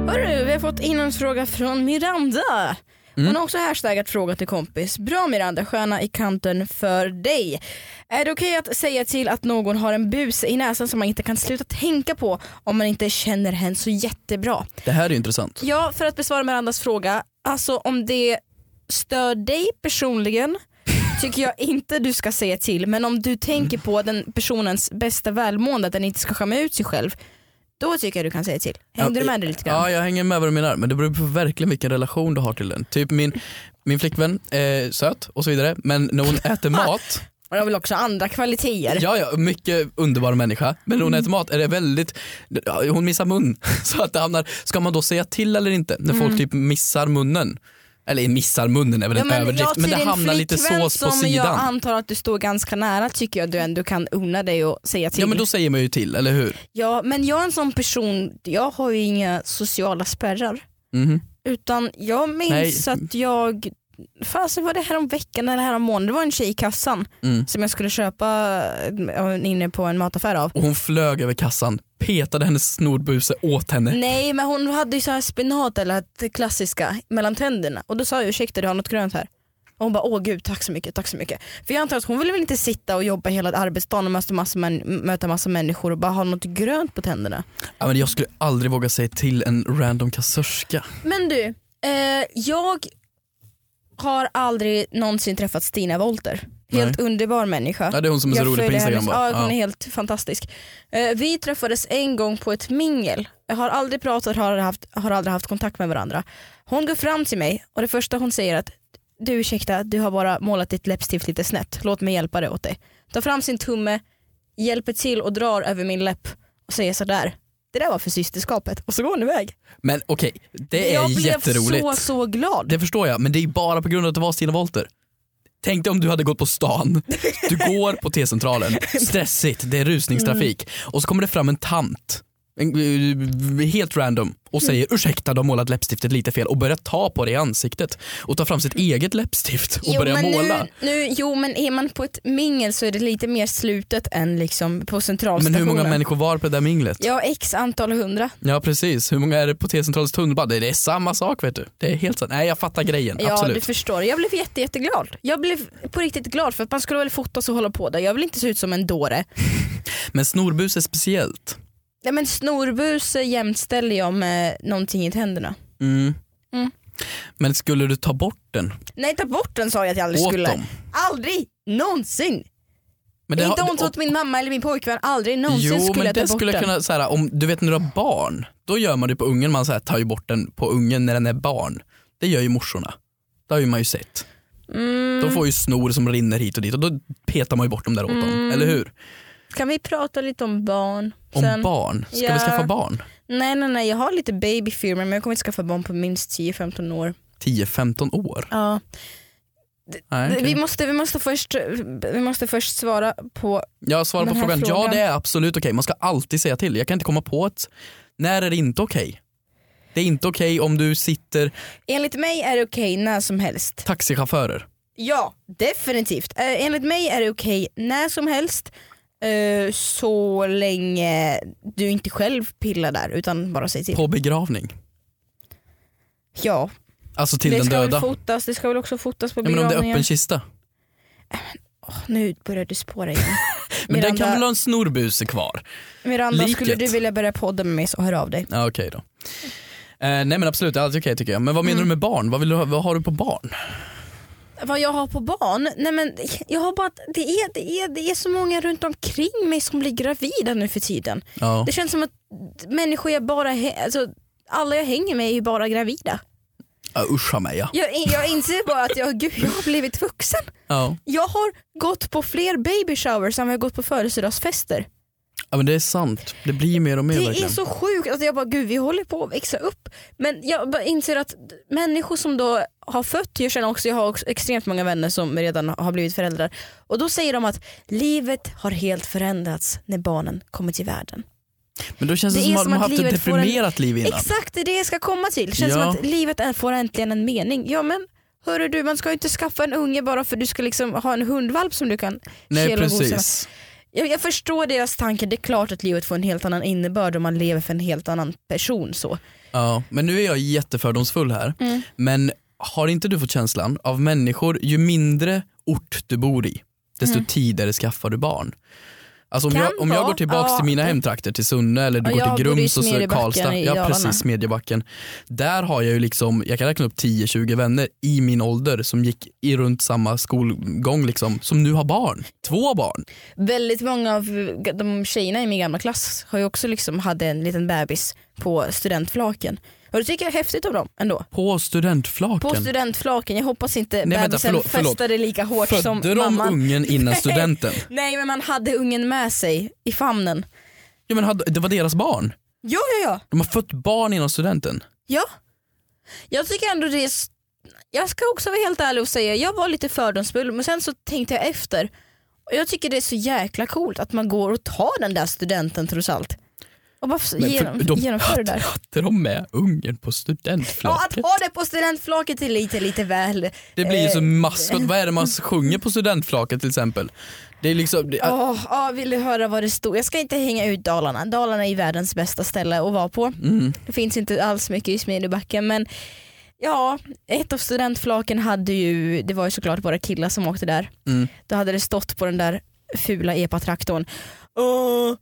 [SPEAKER 4] Hörru, vi har fått inlämningsfråga från Miranda. Hon
[SPEAKER 2] Mm.
[SPEAKER 4] har också hashtaggat fråga till kompis. Bra Miranda, stjärna i kanten för dig. Är det okej att säga till att någon har en bus i näsan som man inte kan sluta tänka på om man inte känner henne så jättebra?
[SPEAKER 2] Det här är ju intressant.
[SPEAKER 4] Ja, för att besvara Mirandas fråga. Alltså om det stör dig personligen tycker jag inte du ska säga till. Men om du tänker på den personens bästa välmående, att den inte ska skämma ut sig själv. Då tycker jag du kan säga till. Hängde
[SPEAKER 2] Ja,
[SPEAKER 4] du med det lite grann?
[SPEAKER 2] Ja, jag hänger med vad du menar. Men det beror på verkligen vilken relation du har till den. Typ min, min flickvän, eh, söt och så vidare. Men när hon
[SPEAKER 4] [laughs]
[SPEAKER 2] äter mat,
[SPEAKER 4] Och de vill också ha andra kvaliteter.
[SPEAKER 2] ja ja, mycket underbar människa. Men när hon
[SPEAKER 4] Mm.
[SPEAKER 2] äter mat är det väldigt, ja, hon missar mun. [laughs] Så att det hamnar, ska man då säga till eller inte? När folk typ missar munnen. Eller missar munnen är väl
[SPEAKER 4] Mm. Ja,
[SPEAKER 2] en
[SPEAKER 4] men
[SPEAKER 2] överdrift.
[SPEAKER 4] ja, till
[SPEAKER 2] Men det
[SPEAKER 4] din
[SPEAKER 2] hamnar lite
[SPEAKER 4] flickvän
[SPEAKER 2] sås på
[SPEAKER 4] som jag
[SPEAKER 2] sidan.
[SPEAKER 4] antar att du står ganska nära tycker jag du ändå kan unna dig och säga till.
[SPEAKER 2] Ja men då säger man ju till, eller hur?
[SPEAKER 4] Ja, men jag är en sån person, jag har ju inga sociala spärrar.
[SPEAKER 2] Mhm.
[SPEAKER 4] Utan jag minns
[SPEAKER 2] Nej.
[SPEAKER 4] att jag, fasen var det här om veckan eller här om månaden, det var en tjej i kassan
[SPEAKER 2] Mm.
[SPEAKER 4] som jag skulle köpa eh, inne på en mataffär av.
[SPEAKER 2] Och hon flög över kassan, petade hennes snorbuse åt henne.
[SPEAKER 4] Nej men hon hade ju så här spenat eller det klassiska mellan tänderna och då sa jag ursäkta du har något grönt här. Och hon bara åh gud tack så mycket, tack så mycket. För jag antar att hon vill väl inte sitta och jobba hela arbetsdagen och möta massa, män- möta massa människor och bara ha något grönt på tänderna.
[SPEAKER 2] Ja, men jag skulle aldrig våga säga till en random kassörska.
[SPEAKER 4] Men du, eh, jag har aldrig någonsin träffat Stina Wolter. Helt underbar människa.
[SPEAKER 2] Ja, det är hon som är så
[SPEAKER 4] Jag
[SPEAKER 2] rolig på
[SPEAKER 4] följer
[SPEAKER 2] Instagram
[SPEAKER 4] hennes-
[SPEAKER 2] bara.
[SPEAKER 4] Ja, hon är
[SPEAKER 2] Ja.
[SPEAKER 4] helt fantastisk. Eh, vi träffades en gång på ett mingel. Jag har aldrig pratat, har aldrig, haft, har aldrig haft kontakt med varandra. Hon går fram till mig och det första hon säger är att du ursäkta, du har bara målat ditt läppstift lite snett. Låt mig hjälpa dig åt dig. Tar fram sin tumme, hjälper till och drar över min läpp och säger sådär. Det där var för systerskapet. Och så går hon iväg.
[SPEAKER 2] Men okej, det
[SPEAKER 4] jag
[SPEAKER 2] är
[SPEAKER 4] blev
[SPEAKER 2] jätteroligt.
[SPEAKER 4] så så glad.
[SPEAKER 2] Det förstår jag, men det är bara på grund av att det var Stina Wolter. Tänk dig om du hade gått på stan, du går på T-centralen, stressigt, det är rusningstrafik och så kommer det fram en tant, en- eh, helt random och säger ursäkta de har målat läppstiftet lite fel och börjar ta på det i ansiktet och tar fram sitt eget läppstift och börjar
[SPEAKER 4] men
[SPEAKER 2] måla.
[SPEAKER 4] Nu, nu, jo men är man på ett mingel så är det lite mer slutet än liksom på
[SPEAKER 2] Men
[SPEAKER 4] centralstationen.
[SPEAKER 2] hur många människor var på det där minglet?
[SPEAKER 4] Ja x antal hundra.
[SPEAKER 2] Ja precis, hur många är det på T-centralens tunnelbana? Det är samma sak vet du. Det är helt sant. Nej jag fattar grejen,
[SPEAKER 4] Ja du
[SPEAKER 2] absolut.
[SPEAKER 4] förstår. Jag blev jätte, jätteglad. Jag blev på riktigt glad för att man skulle väl fotas och hålla på där. Jag vill inte se ut som en dåre.
[SPEAKER 2] Men snorbus är speciellt.
[SPEAKER 4] Nej men snorbus eh, jämställer jag med någonting i tänderna.
[SPEAKER 2] Mm.
[SPEAKER 4] Mm.
[SPEAKER 2] Men skulle du ta bort den?
[SPEAKER 4] Nej ta bort den sa jag att jag aldrig
[SPEAKER 2] Åt
[SPEAKER 4] skulle.
[SPEAKER 2] dem?
[SPEAKER 4] Aldrig någonsin.
[SPEAKER 2] Men det
[SPEAKER 4] inte
[SPEAKER 2] har-
[SPEAKER 4] ont åt min mamma eller min pojkvän. Aldrig någonsin
[SPEAKER 2] Jo
[SPEAKER 4] skulle
[SPEAKER 2] men
[SPEAKER 4] jag ta
[SPEAKER 2] det
[SPEAKER 4] bort
[SPEAKER 2] skulle
[SPEAKER 4] den.
[SPEAKER 2] jag kunna, så här, om, du vet när du har barn, då gör man det på ungen, man så här, tar ju bort den på ungen när den är barn. Det gör ju morsorna. Det har ju man ju sett.
[SPEAKER 4] Mm,
[SPEAKER 2] De får ju snor som rinner hit och dit och då petar man ju bort dem där åt
[SPEAKER 4] Mm.
[SPEAKER 2] dem, eller hur?
[SPEAKER 4] kan vi prata lite om barn?
[SPEAKER 2] Om
[SPEAKER 4] sen?
[SPEAKER 2] barn, ska vi
[SPEAKER 4] Ja.
[SPEAKER 2] skaffa barn?
[SPEAKER 4] Nej nej nej jag har lite babyfilmer men jag kommer inte skaffa barn på minst 10-15 år.
[SPEAKER 2] 10-15 år?
[SPEAKER 4] Ja.
[SPEAKER 2] Nej, okej.
[SPEAKER 4] Vi, måste, vi, måste först, vi måste först svara på,
[SPEAKER 2] Jag svarar på
[SPEAKER 4] Den här
[SPEAKER 2] frågan. Ja
[SPEAKER 4] frågan.
[SPEAKER 2] det är absolut okej, man ska alltid säga till. Jag kan inte komma på ett, när är det inte okej? Det är inte okej om du sitter
[SPEAKER 4] enligt mig är det okej när som helst.
[SPEAKER 2] taxichaufförer.
[SPEAKER 4] Ja definitivt. Eh, enligt mig är det okej när som helst eh, så länge du inte själv pillar där utan bara säger till.
[SPEAKER 2] På begravning.
[SPEAKER 4] Ja,
[SPEAKER 2] Alltså till
[SPEAKER 4] det
[SPEAKER 2] den
[SPEAKER 4] ska
[SPEAKER 2] döda.
[SPEAKER 4] väl fotas, det ska väl också fotas på
[SPEAKER 2] Ja, men om det är
[SPEAKER 4] begravningen.
[SPEAKER 2] öppen kista.
[SPEAKER 4] Åh, nu börjar du spåra igen.
[SPEAKER 2] [laughs] Men den
[SPEAKER 4] Miranda-
[SPEAKER 2] kan väl ha en snorbuse kvar?
[SPEAKER 4] Miranda, skulle
[SPEAKER 2] Liket.
[SPEAKER 4] du vilja börja podda med mig så hör av dig.
[SPEAKER 2] Ja okej då. Eh, nej men absolut, det är alltid okej tycker jag. Men vad menar
[SPEAKER 4] Mm.
[SPEAKER 2] du med barn? Vad, vill du, ha- vad har du på barn?
[SPEAKER 4] vad jag har på barn? Nej men jag har bara att det är, det, är, det är så många runt omkring mig som blir gravida nu för tiden.
[SPEAKER 2] Ja.
[SPEAKER 4] Det känns som att människor jag bara, hä- alltså, alla jag hänger med är ju bara gravida.
[SPEAKER 2] Ja, uscha mig ja.
[SPEAKER 4] Jag, jag inser bara att jag, gud, jag har blivit vuxen.
[SPEAKER 2] ja.
[SPEAKER 4] Jag har gått på fler baby showers än vad jag gått på födelsedagsfester.
[SPEAKER 2] Ja men det är sant, det blir mer och mer
[SPEAKER 4] Det är
[SPEAKER 2] verkligen.
[SPEAKER 4] så sjukt att jag bara gud vi håller på att växa upp. Men jag bara inser att människor som då har fött, jag känner också, jag har också extremt många vänner som redan har blivit föräldrar och då säger de att livet har helt förändrats när barnen kommer till världen.
[SPEAKER 2] Men då känns det,
[SPEAKER 4] det
[SPEAKER 2] Alltså, som
[SPEAKER 4] är
[SPEAKER 2] att
[SPEAKER 4] som
[SPEAKER 2] de har haft ett
[SPEAKER 4] att livet får en-
[SPEAKER 2] deprimerat liv innan.
[SPEAKER 4] Exakt det är det jag ska komma till, känns
[SPEAKER 2] Ja.
[SPEAKER 4] som att livet är- får äntligen en mening. Ja men hörru du man ska ju inte skaffa en unge bara för du ska liksom ha en hundvalp som du kan
[SPEAKER 2] Nej
[SPEAKER 4] kela och gosa med.
[SPEAKER 2] precis.
[SPEAKER 4] Jag, jag förstår deras tanke, det är klart att livet får en helt annan innebörd om man lever för en helt annan person så.
[SPEAKER 2] Ja, men nu är jag jättefördomsfull här.
[SPEAKER 4] Mm.
[SPEAKER 2] Men har inte du fått känslan av människor, ju mindre ort du bor i, desto tidigare skaffar du barn. Alltså om
[SPEAKER 4] Mm. Kan
[SPEAKER 2] jag, om jag
[SPEAKER 4] vara.
[SPEAKER 2] går tillbaka
[SPEAKER 4] Ja.
[SPEAKER 2] till mina hemtrakter, till Sunne eller du
[SPEAKER 4] Ja, jag
[SPEAKER 2] går till
[SPEAKER 4] bor i
[SPEAKER 2] Grums och så
[SPEAKER 4] Smedjebacken
[SPEAKER 2] Karlstad.
[SPEAKER 4] i
[SPEAKER 2] Ja
[SPEAKER 4] Dalarna.
[SPEAKER 2] precis, Smedjebacken. Där har jag ju liksom, jag kan räkna upp 10-20 vänner i min ålder som gick i runt samma skolgång liksom, som nu har barn. Två barn.
[SPEAKER 4] Väldigt många av de tjejerna i min gamla klass har ju också liksom hade en liten bebis på studentflaken. Och det tycker jag är häftigt av dem ändå.
[SPEAKER 2] På studentflaken.
[SPEAKER 4] På studentflaken, jag hoppas inte
[SPEAKER 2] vänta,
[SPEAKER 4] bebisen
[SPEAKER 2] förlåt, förlåt.
[SPEAKER 4] festade lika hårt
[SPEAKER 2] Födde
[SPEAKER 4] som
[SPEAKER 2] de
[SPEAKER 4] mamman.
[SPEAKER 2] ungen
[SPEAKER 4] [laughs]
[SPEAKER 2] innan studenten?
[SPEAKER 4] Nej men man hade ungen med sig i famnen.
[SPEAKER 2] Ja, men hade, det var deras barn.
[SPEAKER 4] Ja ja ja.
[SPEAKER 2] De har fött barn innan studenten.
[SPEAKER 4] Ja. Jag tycker ändå det är... s- Jag ska också vara helt ärlig och säga, jag var lite fördomsfull men sen så tänkte jag efter. Och jag tycker det är så jäkla coolt att man går och tar den där studenten trots allt. Och bara f-
[SPEAKER 2] Men för-
[SPEAKER 4] genom,
[SPEAKER 2] de- [laughs]
[SPEAKER 4] genomför det där.
[SPEAKER 2] Hade de med ungen på
[SPEAKER 4] Ja,
[SPEAKER 2] studentflaken?
[SPEAKER 4] att ha det på studentflaket är lite, lite väl...
[SPEAKER 2] det blir ju
[SPEAKER 4] eh,
[SPEAKER 2] så maskot. Vad är
[SPEAKER 4] [laughs]
[SPEAKER 2] det man sjunger på studentflaket till exempel? Det är liksom, det,
[SPEAKER 4] Åh, ja, vill du höra vad det stod? Jag ska inte hänga ut Dalarna. Dalarna är världens bästa ställe att vara på. Det finns inte alls mycket i Smedjebacken men ja, ett av studentflaken hade ju, det var ju såklart bara killar som åkte där.
[SPEAKER 2] Mm.
[SPEAKER 4] Då hade det stått på den där fula epatraktorn. Åh,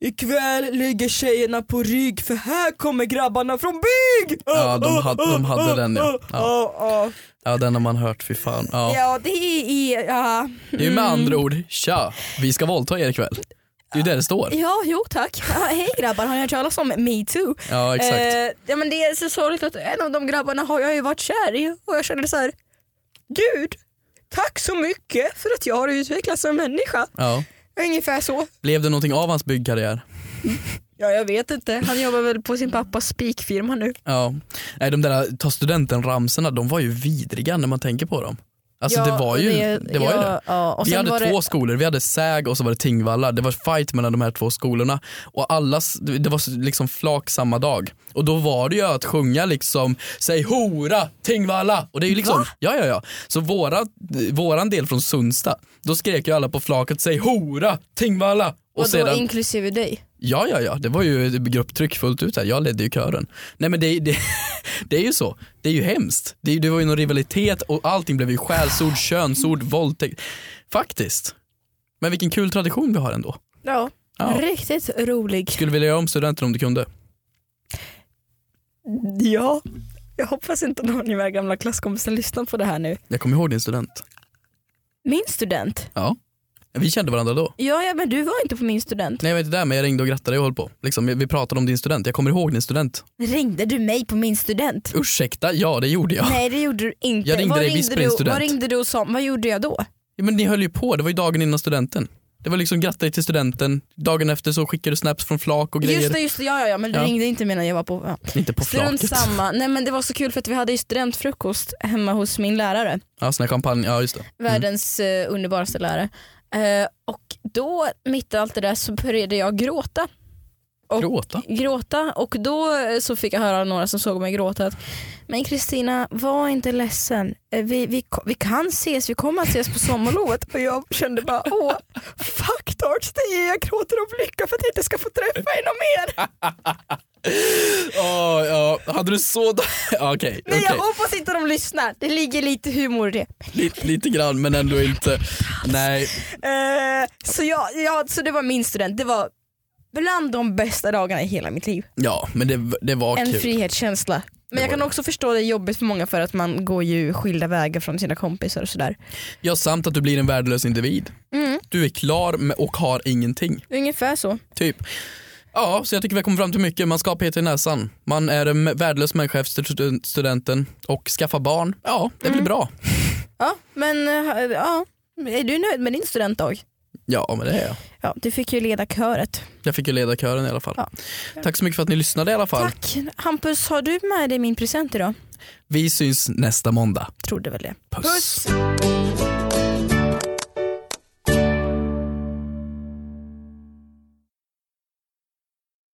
[SPEAKER 4] ikväll ligger tjejerna på rygg för här kommer grabbarna från bygg! Åh,
[SPEAKER 2] Ja, de
[SPEAKER 4] åh,
[SPEAKER 2] hade- de
[SPEAKER 4] åh,
[SPEAKER 2] hade
[SPEAKER 4] åh,
[SPEAKER 2] den, ja.
[SPEAKER 4] åh,
[SPEAKER 2] Ja.
[SPEAKER 4] åh, åh.
[SPEAKER 2] ja, den har man hört, fy fan. Ja.
[SPEAKER 4] Ja, Mm. det är, ja.
[SPEAKER 2] Det är ju med andra ord, tja, vi ska våldta er ikväll. Det är ju där det står.
[SPEAKER 4] Ja, jo tack. [laughs] Ja, Hej grabbar, har ni hört talas om metoo?
[SPEAKER 2] Ja, exakt.
[SPEAKER 4] Eh, ja, men det är så sorgligt att en av de grabbarna har jag ju varit kär i och jag känner så här. Gud, tack så mycket för att jag har utvecklats som människa.
[SPEAKER 2] Ja.
[SPEAKER 4] Ungefär så.
[SPEAKER 2] Blev det någonting av hans byggkarriär?
[SPEAKER 4] Ja, jag vet inte. Han jobbar väl på sin pappas spikfirma nu.
[SPEAKER 2] Ja. Nej, de där ta studenten-ramsorna, de var ju vidriga när man tänker på dem. Alltså det var ju det. var ju det.
[SPEAKER 4] Ja, och
[SPEAKER 2] vi
[SPEAKER 4] sen
[SPEAKER 2] hade
[SPEAKER 4] var
[SPEAKER 2] två skolor, vi hade Säg och så var det Tingvalla. Det var fight mellan de här två skolorna och alla, s- det var liksom flak samma dag. Och då var det ju att sjunga liksom, säg hora Tingvalla! Och det är ju liksom, ja ja ja. Så våra, våran del från Sundsta, då skrek ju alla på flaket, säg hora Tingvalla! Och,
[SPEAKER 4] Och, då
[SPEAKER 2] sedan,
[SPEAKER 4] inklusive dig.
[SPEAKER 2] ja ja ja, det var ju ett grupptryck fullt ut här, jag ledde ju kören. Nej men det, [laughs] det, det är ju så, det är ju hemskt. Det, är ju- det var ju någon rivalitet och allting blev ju skällsord, könsord, våldtäkt. Faktiskt. Men vilken kul tradition vi har ändå.
[SPEAKER 4] Ja.
[SPEAKER 2] Ja.
[SPEAKER 4] Riktigt rolig.
[SPEAKER 2] Skulle vilja göra om studenten om du kunde.
[SPEAKER 4] Ja. Jag hoppas inte någon i mina gamla klasskompisar lyssnar på det här nu.
[SPEAKER 2] Jag kommer ihåg din student.
[SPEAKER 4] Min student?
[SPEAKER 2] Ja. Vi kände varandra då.
[SPEAKER 4] Ja, ja men du var inte på min student.
[SPEAKER 2] Nej jag var inte där men jag ringde och grattade och höll på. Liksom, vi pratade om din student, jag kommer ihåg din student.
[SPEAKER 4] Ringde du mig på min student?
[SPEAKER 2] Ursäkta, ja det gjorde jag.
[SPEAKER 4] Nej det gjorde du inte.
[SPEAKER 2] Jag ringde
[SPEAKER 4] vad,
[SPEAKER 2] dig visst på
[SPEAKER 4] ringde
[SPEAKER 2] din
[SPEAKER 4] du, vad
[SPEAKER 2] student.
[SPEAKER 4] ringde du och sa? Vad gjorde jag då?
[SPEAKER 2] Ja, men ni höll ju på, det var ju dagen innan studenten. Det var liksom grattis till studenten, dagen efter så skickade du snaps från flak och grejer.
[SPEAKER 4] Just det, just det, ja, ja, ja men du
[SPEAKER 2] Ja.
[SPEAKER 4] ringde inte medan jag var på... Ja.
[SPEAKER 2] Inte på
[SPEAKER 4] Strunt
[SPEAKER 2] flaket.
[SPEAKER 4] samma. Nej men det var så kul för att vi hade ju studentfrukost hemma hos min lärare.
[SPEAKER 2] Ja, sån här champagne, ja just det.
[SPEAKER 4] Världens eh, underbaraste lärare. Eh, och då, mitt i allt det där, så började jag gråta. Och
[SPEAKER 2] Gråta.
[SPEAKER 4] gråta och då eh, så fick jag höra av några som såg mig gråta att men Kristina var inte ledsen, Eh, vi, vi, ko- vi kan ses, vi kommer att ses på sommarlovet och jag kände bara åh fuck darts det är jag gråter av lycka för att jag inte ska få träffa er någon
[SPEAKER 2] [laughs]
[SPEAKER 4] mer.
[SPEAKER 2] Ja, ja, hade du så... då- [laughs] Ja, Okej,
[SPEAKER 4] Men
[SPEAKER 2] okej.
[SPEAKER 4] jag hoppas inte de lyssnar, det ligger lite humor i det.
[SPEAKER 2] Lite, lite grann men ändå inte. Nej,
[SPEAKER 4] Eh, så, jag, ja, så det var min student, det var bland de bästa dagarna i hela mitt liv.
[SPEAKER 2] ja men det, det var
[SPEAKER 4] en
[SPEAKER 2] kul.
[SPEAKER 4] frihetskänsla. Men jag kan också förstå det är jobbigt för många för att man går ju skilda vägar från sina kompisar och sådär.
[SPEAKER 2] Ja, samt att du blir en värdelös individ.
[SPEAKER 4] Mm.
[SPEAKER 2] Du är klar med, och har ingenting,
[SPEAKER 4] Ungefär så.
[SPEAKER 2] typ. Ja, så jag tycker vi har kommit fram till mycket. Man ska ha PT i näsan. Man är en värdelös människa efter stud- studenten och skaffa barn. Ja, det
[SPEAKER 4] Mm.
[SPEAKER 2] blir bra.
[SPEAKER 4] Ja, men eh, ja. Är du nöjd med din studentdag?
[SPEAKER 2] Ja, men det är jag.
[SPEAKER 4] Ja, du fick ju leda köret.
[SPEAKER 2] Jag fick ju leda kören i alla fall.
[SPEAKER 4] Ja.
[SPEAKER 2] Tack så mycket för att ni lyssnade i alla fall.
[SPEAKER 4] Tack. Hampus, har du med dig min present idag?
[SPEAKER 2] Vi syns nästa måndag.
[SPEAKER 4] Trodde väl det.
[SPEAKER 2] Puss.
[SPEAKER 4] Puss.